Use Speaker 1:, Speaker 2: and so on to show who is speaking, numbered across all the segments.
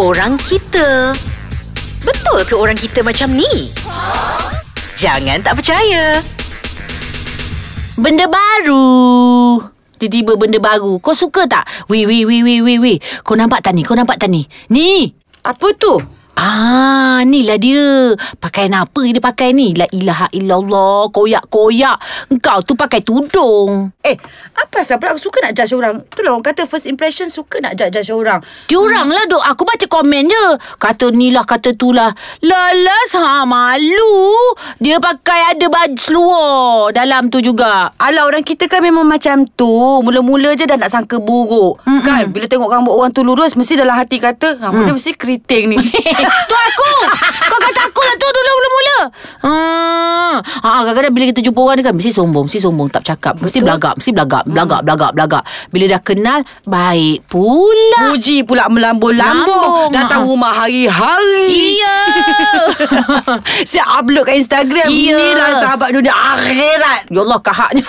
Speaker 1: orang kita. Betul ke orang kita macam ni? Jangan tak percaya.
Speaker 2: Benda baru. Tiba-tiba benda baru. Kau suka tak? Weh, weh, weh, weh, weh, weh. Kau nampak tak ni? Kau nampak tak ni? Ni.
Speaker 3: Apa tu?
Speaker 2: Ah, ni lah dia. Pakaian apa dia pakai ni? La ilaha illallah, koyak-koyak. Engkau tu pakai tudung.
Speaker 3: Eh, apa asal pula aku suka nak judge orang? Itulah orang kata first impression suka nak judge, judge orang.
Speaker 2: Diorang lah duk. Aku baca komen je. Kata ni lah, kata tu lah. Lalas ha malu. Dia pakai ada baju luar dalam tu juga.
Speaker 3: Alah orang kita kan memang macam tu Mula-mula je dah nak sangka buruk mm Kan bila tengok rambut orang tu lurus Mesti dalam hati kata Rambut mm. dia mesti keriting ni
Speaker 2: tu aku. Kau kata aku lah tu dulu mula-mula. Hmm. Ha, kadang-kadang bila kita jumpa orang ni kan mesti sombong, mesti sombong tak bercakap, mesti belagak, mesti belagak, belagak, belagak, belagak. Bila dah kenal baik pula.
Speaker 3: Puji pula melambung-lambung
Speaker 2: Lambung,
Speaker 3: Datang
Speaker 2: ha.
Speaker 3: rumah hari-hari
Speaker 2: Iya.
Speaker 3: Saya upload kat Instagram
Speaker 2: Ya.
Speaker 3: Inilah sahabat dunia akhirat
Speaker 2: ya Allah kahaknya.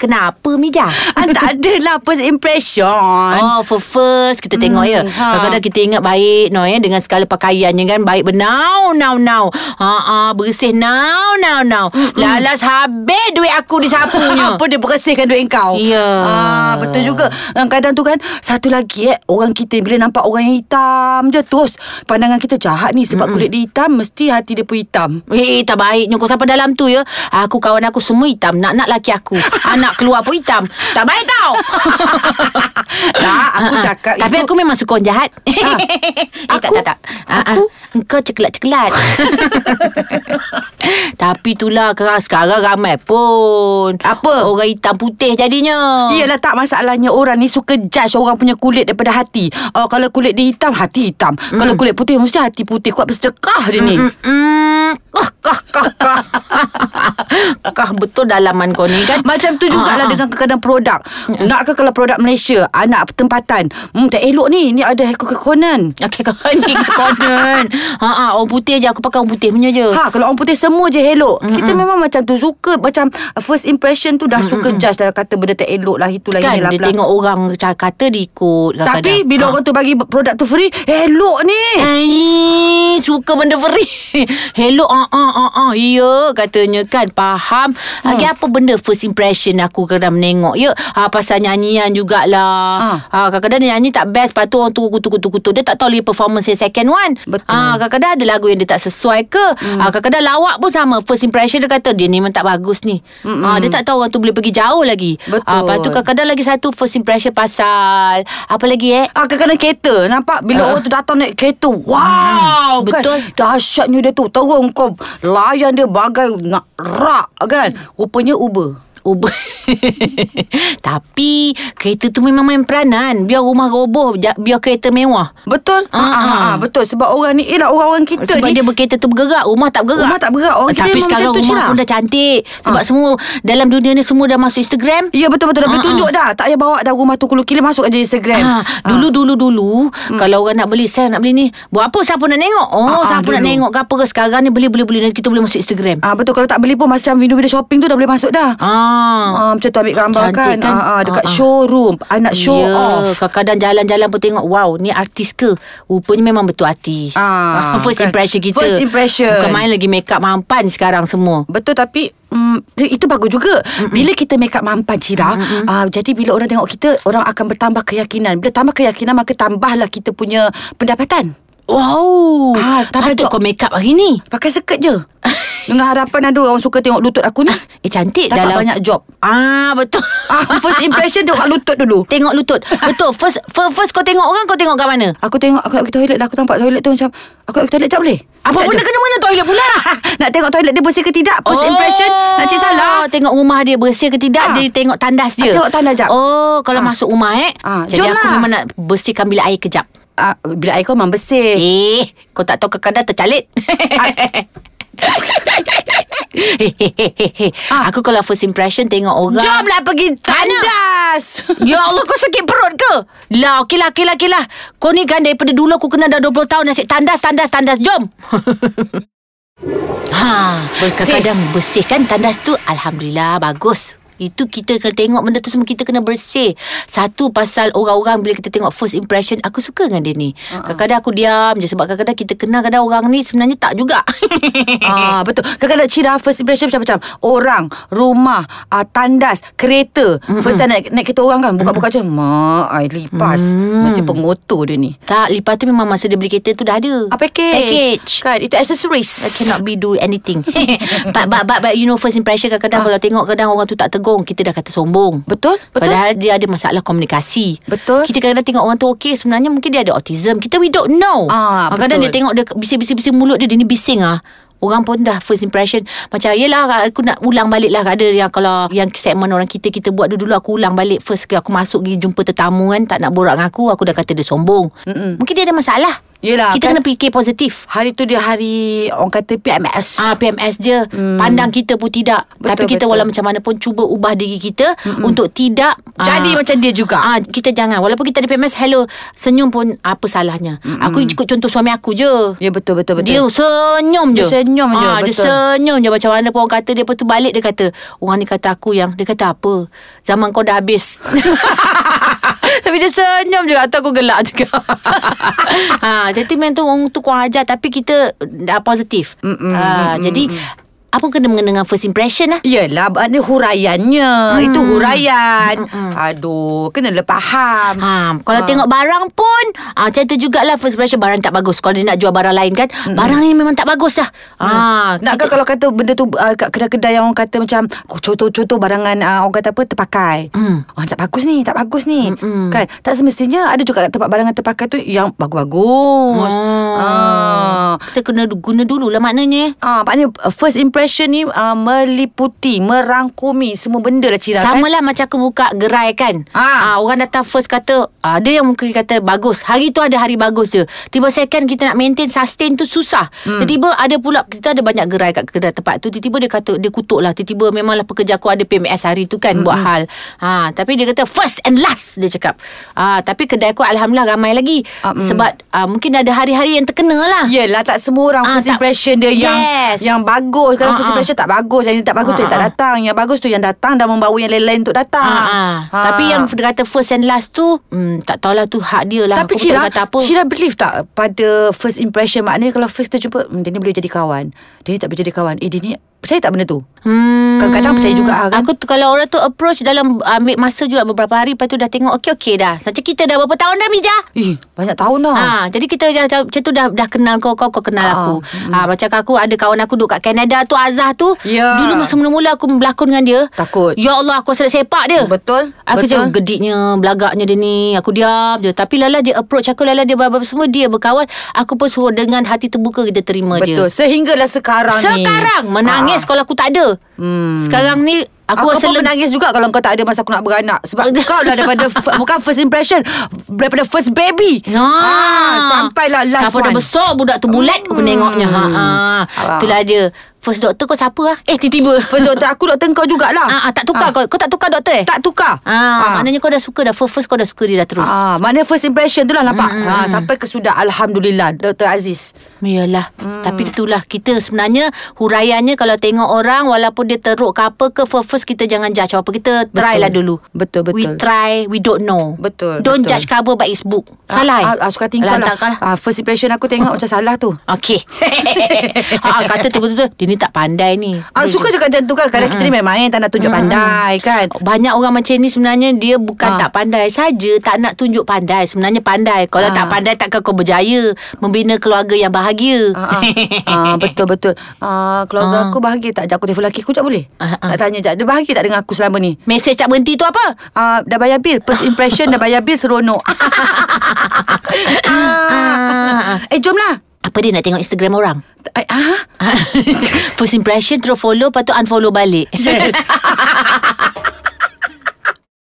Speaker 2: Kenapa Mija?
Speaker 3: ah, Tak adalah first impression
Speaker 2: Oh for first Kita tengok
Speaker 3: Hmm,
Speaker 2: ya
Speaker 3: ha.
Speaker 2: Kadang-kadang kita ingat baik no, ya Dengan segala pakaiannya kan Baik bernau Nau nau ha, ha, Bersih nau nau nau Lalas habis duit aku disapunya
Speaker 3: Apa dia bersihkan duit kau
Speaker 2: Ya.
Speaker 3: ah, Betul juga Kadang-kadang tu kan Satu lagi eh Orang kita Bila nampak orang yang hitam je Terus Pandangan kita jahat ni Sebab Mm-mm. kulit dia hitam Mesti hati dia pun hitam
Speaker 2: Eh, eh tak baiknya kau sampai dalam tu ya. Aku kawan aku semua hitam. Nak-nak laki aku. Anak keluar pun hitam. Tak baik tau.
Speaker 3: Tak Aku
Speaker 2: Ah, ah.
Speaker 3: cakap
Speaker 2: Tapi
Speaker 3: itu
Speaker 2: aku memang suka orang jahat. eh,
Speaker 3: Aku?
Speaker 2: tak, tak, tak. Ah, ah.
Speaker 3: Aku?
Speaker 2: Engkau cekelat-cekelat. Tapi itulah sekarang, sekarang ramai pun.
Speaker 3: Apa?
Speaker 2: Orang hitam putih jadinya.
Speaker 3: Yelah tak masalahnya orang ni suka judge orang punya kulit daripada hati. Uh, kalau kulit dia hitam, hati hitam. Mm. Kalau kulit putih, mesti hati putih. Kuat bersedekah dia ni. Mm.
Speaker 2: Hmm. Kah, kah, kah, kah. kah betul dalaman kau ni kan?
Speaker 3: Macam tu jugalah
Speaker 2: Ah, ah.
Speaker 3: dengan kadang-kadang produk. Nak ke kalau produk Malaysia, anak tempatan. Hmm, tak elok ni. Ni ada kekonan.
Speaker 2: Okay kau ni konon ha, ha, Orang putih je Aku pakai orang putih punya je
Speaker 3: Ha,
Speaker 2: ha.
Speaker 3: kalau orang putih semua je elok. Mm-mm. Kita memang macam tu suka. Macam uh, first impression tu dah Mm-mm. suka judge dah kata benda tak elok lah. Itulah
Speaker 2: Kan
Speaker 3: inilah
Speaker 2: dia
Speaker 3: pula.
Speaker 2: tengok orang ca- Kata dia ikut
Speaker 3: Tapi bila ha. orang tu bagi produk tu free, elok ni.
Speaker 2: Eh. Ai, suka benda free. Hello, ah ah ah ah. Ya, katanya kan faham.
Speaker 3: Ah.
Speaker 2: Lagi apa benda first impression aku kena menengok. Ya, ha, pasal nyanyian jugalah. Ha.
Speaker 3: Ah.
Speaker 2: ha kadang-kadang dia nyanyi tak best, lepas tu orang tu kutu-kutu-kutu. Dia tak tahu lagi performance yang second one.
Speaker 3: Betul.
Speaker 2: Ha, kadang-kadang ada lagu yang dia tak sesuai ke. Hmm. Ha, kadang-kadang lawak pun sama. First impression dia kata dia ni memang tak bagus ni. Ha, dia tak tahu orang tu boleh pergi jauh lagi. Ah,
Speaker 3: Betul.
Speaker 2: lepas tu kadang-kadang lagi satu first impression pasal apa lagi eh?
Speaker 3: Ah, kadang-kadang kereta Nampak Bila uh. orang tu datang naik kereta Wow kan?
Speaker 2: Hmm, Ha. betul.
Speaker 3: Dahsyatnya dia tu Terus kau Layan dia bagai Nak rak kan Rupanya Uber
Speaker 2: Uber Tapi Kereta tu memang main peranan Biar rumah roboh ja- Biar kereta mewah
Speaker 3: Betul?
Speaker 2: Ah,
Speaker 3: Ah, ah,
Speaker 2: ah.
Speaker 3: ah, betul Sebab orang ni Eh lah orang-orang kita
Speaker 2: sebab
Speaker 3: ni
Speaker 2: dia berkereta tu bergerak Rumah tak bergerak
Speaker 3: Rumah tak bergerak, orang kita
Speaker 2: Tapi
Speaker 3: memang
Speaker 2: sekarang
Speaker 3: macam tu, lah. Ah.
Speaker 2: rumah
Speaker 3: Syirah.
Speaker 2: pun dah cantik Sebab semua Dalam dunia ni semua dah masuk Instagram
Speaker 3: Ya betul-betul Dah boleh
Speaker 2: Ah, ah.
Speaker 3: tunjuk dah Tak payah bawa dah rumah tu Kulu kila masuk aja Instagram
Speaker 2: Ha, dulu dulu dulu hmm. kalau orang nak beli saya nak beli ni buat apa siapa nak tengok oh
Speaker 3: Ah, ah,
Speaker 2: siapa nak
Speaker 3: dulu.
Speaker 2: tengok ke apa ke sekarang ni beli beli beli dan kita boleh masuk Instagram
Speaker 3: ah, Betul kalau tak beli pun Macam video-video shopping tu Dah boleh masuk dah ah,
Speaker 2: ah
Speaker 3: Macam tu ambil gambar
Speaker 2: Cantik
Speaker 3: kan,
Speaker 2: kan?
Speaker 3: Ah, ah, Dekat
Speaker 2: Ah, ah.
Speaker 3: showroom Anak show
Speaker 2: Ya,
Speaker 3: off
Speaker 2: Kadang-kadang jalan-jalan pun tengok Wow ni artis ke Rupanya memang betul artis
Speaker 3: Ah,
Speaker 2: First
Speaker 3: kan.
Speaker 2: impression kita
Speaker 3: First impression.
Speaker 2: Bukan main lagi make up mampan sekarang semua
Speaker 3: Betul tapi mm, itu bagus juga. Mm-mm. Bila kita make up mampan Cira, uh, jadi bila orang tengok kita, orang akan bertambah keyakinan. Bila tambah keyakinan maka tambahlah kita punya pendapatan.
Speaker 2: Wow
Speaker 3: Ah, tak
Speaker 2: Patut
Speaker 3: payah
Speaker 2: kau make up hari ni
Speaker 3: Pakai sekat je. Dengan harapan ada orang suka tengok lutut aku ni.
Speaker 2: Eh cantik
Speaker 3: Dapat
Speaker 2: dalam
Speaker 3: banyak job.
Speaker 2: Ah betul
Speaker 3: Ah, first impression tengok kat lutut dulu.
Speaker 2: Tengok lutut Betul first, first first kau tengok orang Kau tengok kat mana
Speaker 3: Aku tengok aku nak pergi toilet dah aku nampak toilet tu macam aku nak pergi toilet jap boleh?
Speaker 2: Apa
Speaker 3: Jap
Speaker 2: benda
Speaker 3: je.
Speaker 2: kena mana toilet pula
Speaker 3: Nak tengok toilet dia bersih ke tidak First
Speaker 2: Oh.
Speaker 3: impression Nak cik salah
Speaker 2: Tengok rumah dia bersih ke tidak
Speaker 3: Ah.
Speaker 2: Jadi tengok tandas
Speaker 3: Ah,
Speaker 2: dia
Speaker 3: tengok tandas jap.
Speaker 2: Oh kalau
Speaker 3: Ah.
Speaker 2: masuk rumah eh
Speaker 3: Ah,
Speaker 2: Jadi
Speaker 3: jom
Speaker 2: aku
Speaker 3: lah.
Speaker 2: memang nak bersihkan bilik air kejap
Speaker 3: ah, Bila air kau memang bersih
Speaker 2: Eh, kau tak tahu kadang-kadang tercalit. Lah. Hehehehe.
Speaker 3: Ah.
Speaker 2: Aku kalau first impression tengok orang.
Speaker 3: Jomlah pergi tandas
Speaker 2: Ya Allah kau sakit perut ke? Lah, okey lah, okey lah, okey lah. Kau ni kan daripada dulu aku kenal dah 20 tahun asyik tandas, tandas, tandas. Jom. ha,
Speaker 3: Bersih.
Speaker 2: kadang-kadang bersih kan tandas tu. Alhamdulillah, bagus. Itu kita kena tengok benda tu semua kita kena bersih. Satu pasal orang-orang bila kita tengok first impression aku suka dengan dia ni. Kadang-kadang aku diam je sebab kadang-kadang kita kenal kadang orang ni sebenarnya tak juga.
Speaker 3: ah betul. Kadang-kadang Cira first impression macam-macam orang, rumah, ah, tandas, kereta. Mm-mm. First time naik, naik kereta orang kan buka-buka je mak ai lipas. Mm. Mesti pengotor dia ni.
Speaker 2: tak, lepas tu memang masa dia beli kereta tu dah ada.
Speaker 3: Ah package.
Speaker 2: Package.
Speaker 3: Kan itu accessories.
Speaker 2: I cannot be do anything but, but, but, but you know first impression Kadang-kadang ah. kalau tengok Kadang orang tu tak tegung Kita dah kata sombong
Speaker 3: Betul? Betul?
Speaker 2: Padahal dia ada masalah komunikasi
Speaker 3: Betul.
Speaker 2: Kita kadang-kadang tengok orang tu okey Sebenarnya mungkin dia ada autism Kita we don't know
Speaker 3: Ah,
Speaker 2: Kadang-kadang dia
Speaker 3: betul.
Speaker 2: tengok dia Bising-bising mulut dia Dia ni bising ah Orang pun dah first impression Macam yelah aku nak ulang balik lah Ada yang kalau Yang segmen orang kita Kita buat dulu-dulu Aku ulang balik first sekali Aku masuk pergi jumpa tetamu kan Tak nak borak dengan aku Aku dah kata dia sombong
Speaker 3: Mm-mm.
Speaker 2: Mungkin dia ada masalah
Speaker 3: Yelah,
Speaker 2: Kita
Speaker 3: kan-
Speaker 2: kena fikir positif
Speaker 3: Hari tu dia hari orang kata PMS.
Speaker 2: Ah PMS je hmm. Pandang kita pun tidak
Speaker 3: Mm. Betul,
Speaker 2: betul, Tapi kita
Speaker 3: betul.
Speaker 2: betul. walau macam mana pun Cuba ubah diri kita hmm. Untuk tidak
Speaker 3: Jadi macam dia juga.
Speaker 2: ah, Kita jangan Walaupun kita ada PMS Hello Senyum pun apa salahnya hmm. Aku ikut contoh suami aku je
Speaker 3: Ya betul betul betul.
Speaker 2: dia senyum
Speaker 3: Dia
Speaker 2: je
Speaker 3: senyum je,
Speaker 2: ah, Dia
Speaker 3: betul.
Speaker 2: senyum je Macam mana pun orang kata Dia pun tu balik Dia kata Orang ni kata aku yang Dia kata apa Zaman kau dah habis Tapi dia senyum juga Atau aku gelak juga ha, Jadi memang tu Orang tu kurang ajar Tapi kita Dah positif
Speaker 3: Mm-mm,
Speaker 2: ha, Jadi Apa kena mengena dengan first impression lah
Speaker 3: Yelah, maknanya huraiannya. Itu huraian. Aduh, kenalah faham.
Speaker 2: Ha, kalau tengok barang pun ha, Macam tu jugalah First impression barang tak bagus Kalau dia nak jual barang lain kan Barang ni memang tak bagus lah ha,
Speaker 3: Nak kan kalau kata benda tu uh, kat kedai-kedai yang orang kata macam contoh-contoh barangan uh, orang kata apa terpakai.
Speaker 2: Hmm.
Speaker 3: Oh, tak bagus ni, tak bagus ni. Mm-mm. Kan? Tak semestinya ada juga kat tempat barangan terpakai tu yang bagus-bagus. Ah.
Speaker 2: Kita kena du- guna dululah maknanya
Speaker 3: Ah, maknanya uh, first impression ni uh, meliputi, merangkumi semua benda lah Cira
Speaker 2: Sama
Speaker 3: kan?
Speaker 2: lah macam aku buka gerai kan
Speaker 3: Ah.
Speaker 2: ah. Orang datang first kata ah, Ada yang mungkin kata bagus Hari tu ada hari bagus je Tiba second kita nak maintain Sustain tu susah hmm. Tiba-tiba ada pula Kita ada banyak gerai kat kedai tempat tu Tiba-tiba dia kata Dia kutuk lah Tiba-tiba memanglah pekerja aku ada PMS hari tu kan hmm. Buat hal ha, Tapi dia kata first and last Dia cakap ah, Tapi kedai aku Alhamdulillah ramai lagi
Speaker 3: Ah, Ya. mm.
Speaker 2: Sebab ah, mungkin ada hari-hari yang terkena lah
Speaker 3: Yelah tak semua orang
Speaker 2: Ah,
Speaker 3: first
Speaker 2: tak-
Speaker 3: impression dia yang
Speaker 2: Yes.
Speaker 3: yang bagus. Kalau
Speaker 2: Ah,
Speaker 3: first
Speaker 2: ah.
Speaker 3: impression tak bagus, yang tak bagus tu
Speaker 2: Ah,
Speaker 3: yang tak
Speaker 2: ah.
Speaker 3: datang. Yang bagus tu yang datang dan membawa yang lain-lain untuk datang.
Speaker 2: Ha, ha. Tapi yang dia kata first and last tu hmm, Tak tahulah tu hak dia lah
Speaker 3: Tapi
Speaker 2: Aku pun
Speaker 3: Cira
Speaker 2: tak kata apa
Speaker 3: Cira believe tak Pada first impression Maknanya kalau first kita jumpa hmm, Dia ni boleh jadi kawan Dia ni tak boleh jadi kawan Eh dia ni Percaya tak benda tu
Speaker 2: Hmm.
Speaker 3: Kadang-kadang percaya juga ah, kan?
Speaker 2: Aku tu kalau orang tu approach dalam ambil masa juga beberapa hari lepas tu dah tengok okey-okey dah. Macam kita dah berapa tahun dah Mija?
Speaker 3: Ih banyak tahun lah ha.
Speaker 2: Ha, jadi kita dah, dah, macam tu dah dah kenal kau kau kau kenal
Speaker 3: Ah,
Speaker 2: aku. Ha, macam aku ada kawan aku duduk kat Kanada tu Azah tu.
Speaker 3: Ya.
Speaker 2: Dulu masa mula-mula aku berlakon dengan dia.
Speaker 3: Takut.
Speaker 2: Ya Allah aku asyik sepak dia.
Speaker 3: Betul
Speaker 2: Aku
Speaker 3: Betul
Speaker 2: cakap gediknya Belagaknya dia ni Aku diam je Tapi Lala dia approach aku Lala dia apa-apa semua Dia berkawan Aku pun suruh dengan hati terbuka Kita terima dia
Speaker 3: Betul Sehinggalah sekarang, ni
Speaker 2: Sekarang menangis
Speaker 3: Ah.
Speaker 2: kalau aku tak ada.
Speaker 3: Hmm.
Speaker 2: Sekarang ni aku,
Speaker 3: Aku,
Speaker 2: rasa
Speaker 3: aku pun
Speaker 2: len-
Speaker 3: menangis juga Kalau kau tak ada Masa aku nak beranak Sebab kau lah daripada f- Bukan first impression Daripada first baby
Speaker 2: Ha.
Speaker 3: Ah, Sampailah last
Speaker 2: Siapa
Speaker 3: one
Speaker 2: dah besar budak tu bulat aku
Speaker 3: Hmm.
Speaker 2: tengoknya. Ha.
Speaker 3: Ah.
Speaker 2: ha. Itulah dia. First doktor kau siapa ah? Eh tiba-tiba.
Speaker 3: First doktor aku Doktor kau jugalah
Speaker 2: Ah, ah, tak
Speaker 3: Ah.
Speaker 2: tukar kau. Kau tak tukar doktor eh?
Speaker 3: Tak tukar
Speaker 2: Ah, maknanya kau dah suka dah first, first kau dah suka dia dah terus.
Speaker 3: Ah, maknanya first impression tu lah nampak. Mm. Ah, sampai ke sudah alhamdulillah Dr Aziz.
Speaker 2: Yalah hmm. Tapi itulah Kita sebenarnya Huraiannya Kalau tengok orang Walaupun dia teruk ke apa ke First, first kita jangan judge apa-apa Kita try
Speaker 3: Betul.
Speaker 2: lah dulu
Speaker 3: Betul, betul.
Speaker 2: We try We don't know
Speaker 3: Betul,
Speaker 2: Don't
Speaker 3: betul.
Speaker 2: judge cover by its book Salah eh?
Speaker 3: Ah, ah, suka tingkah lah.
Speaker 2: Alah, takkan
Speaker 3: Ah, first impression aku tengok macam salah tu.
Speaker 2: Okay ha, Kata tiba-tiba Dia ni tak pandai ni
Speaker 3: Ah, suka juga macam tu kan Kadang
Speaker 2: Mm,
Speaker 3: kita ni main-main Tak nak tunjuk pandai kan
Speaker 2: banyak orang macam ni sebenarnya dia bukan
Speaker 3: Ah.
Speaker 2: tak pandai saja tak nak tunjuk pandai sebenarnya pandai kalau
Speaker 3: Ah.
Speaker 2: tak pandai takkan kau berjaya membina keluarga yang bahagia
Speaker 3: Ah, ah. ah, betul betul. Ah, keluarga aku bahagia tak? Jap aku telefon laki aku jap boleh?
Speaker 2: Ah, ah.
Speaker 3: Nak tanya jap dia bahagia tak dengan aku selama ni?
Speaker 2: Mesej tak berhenti tu apa?
Speaker 3: Ah, dah bayar bil, first impression dah bayar bil seronok. ah. Eh, jomlah.
Speaker 2: Apa dia nak tengok Instagram orang?
Speaker 3: Eh, Ah,
Speaker 2: First impression Terus follow Lepas tu unfollow balik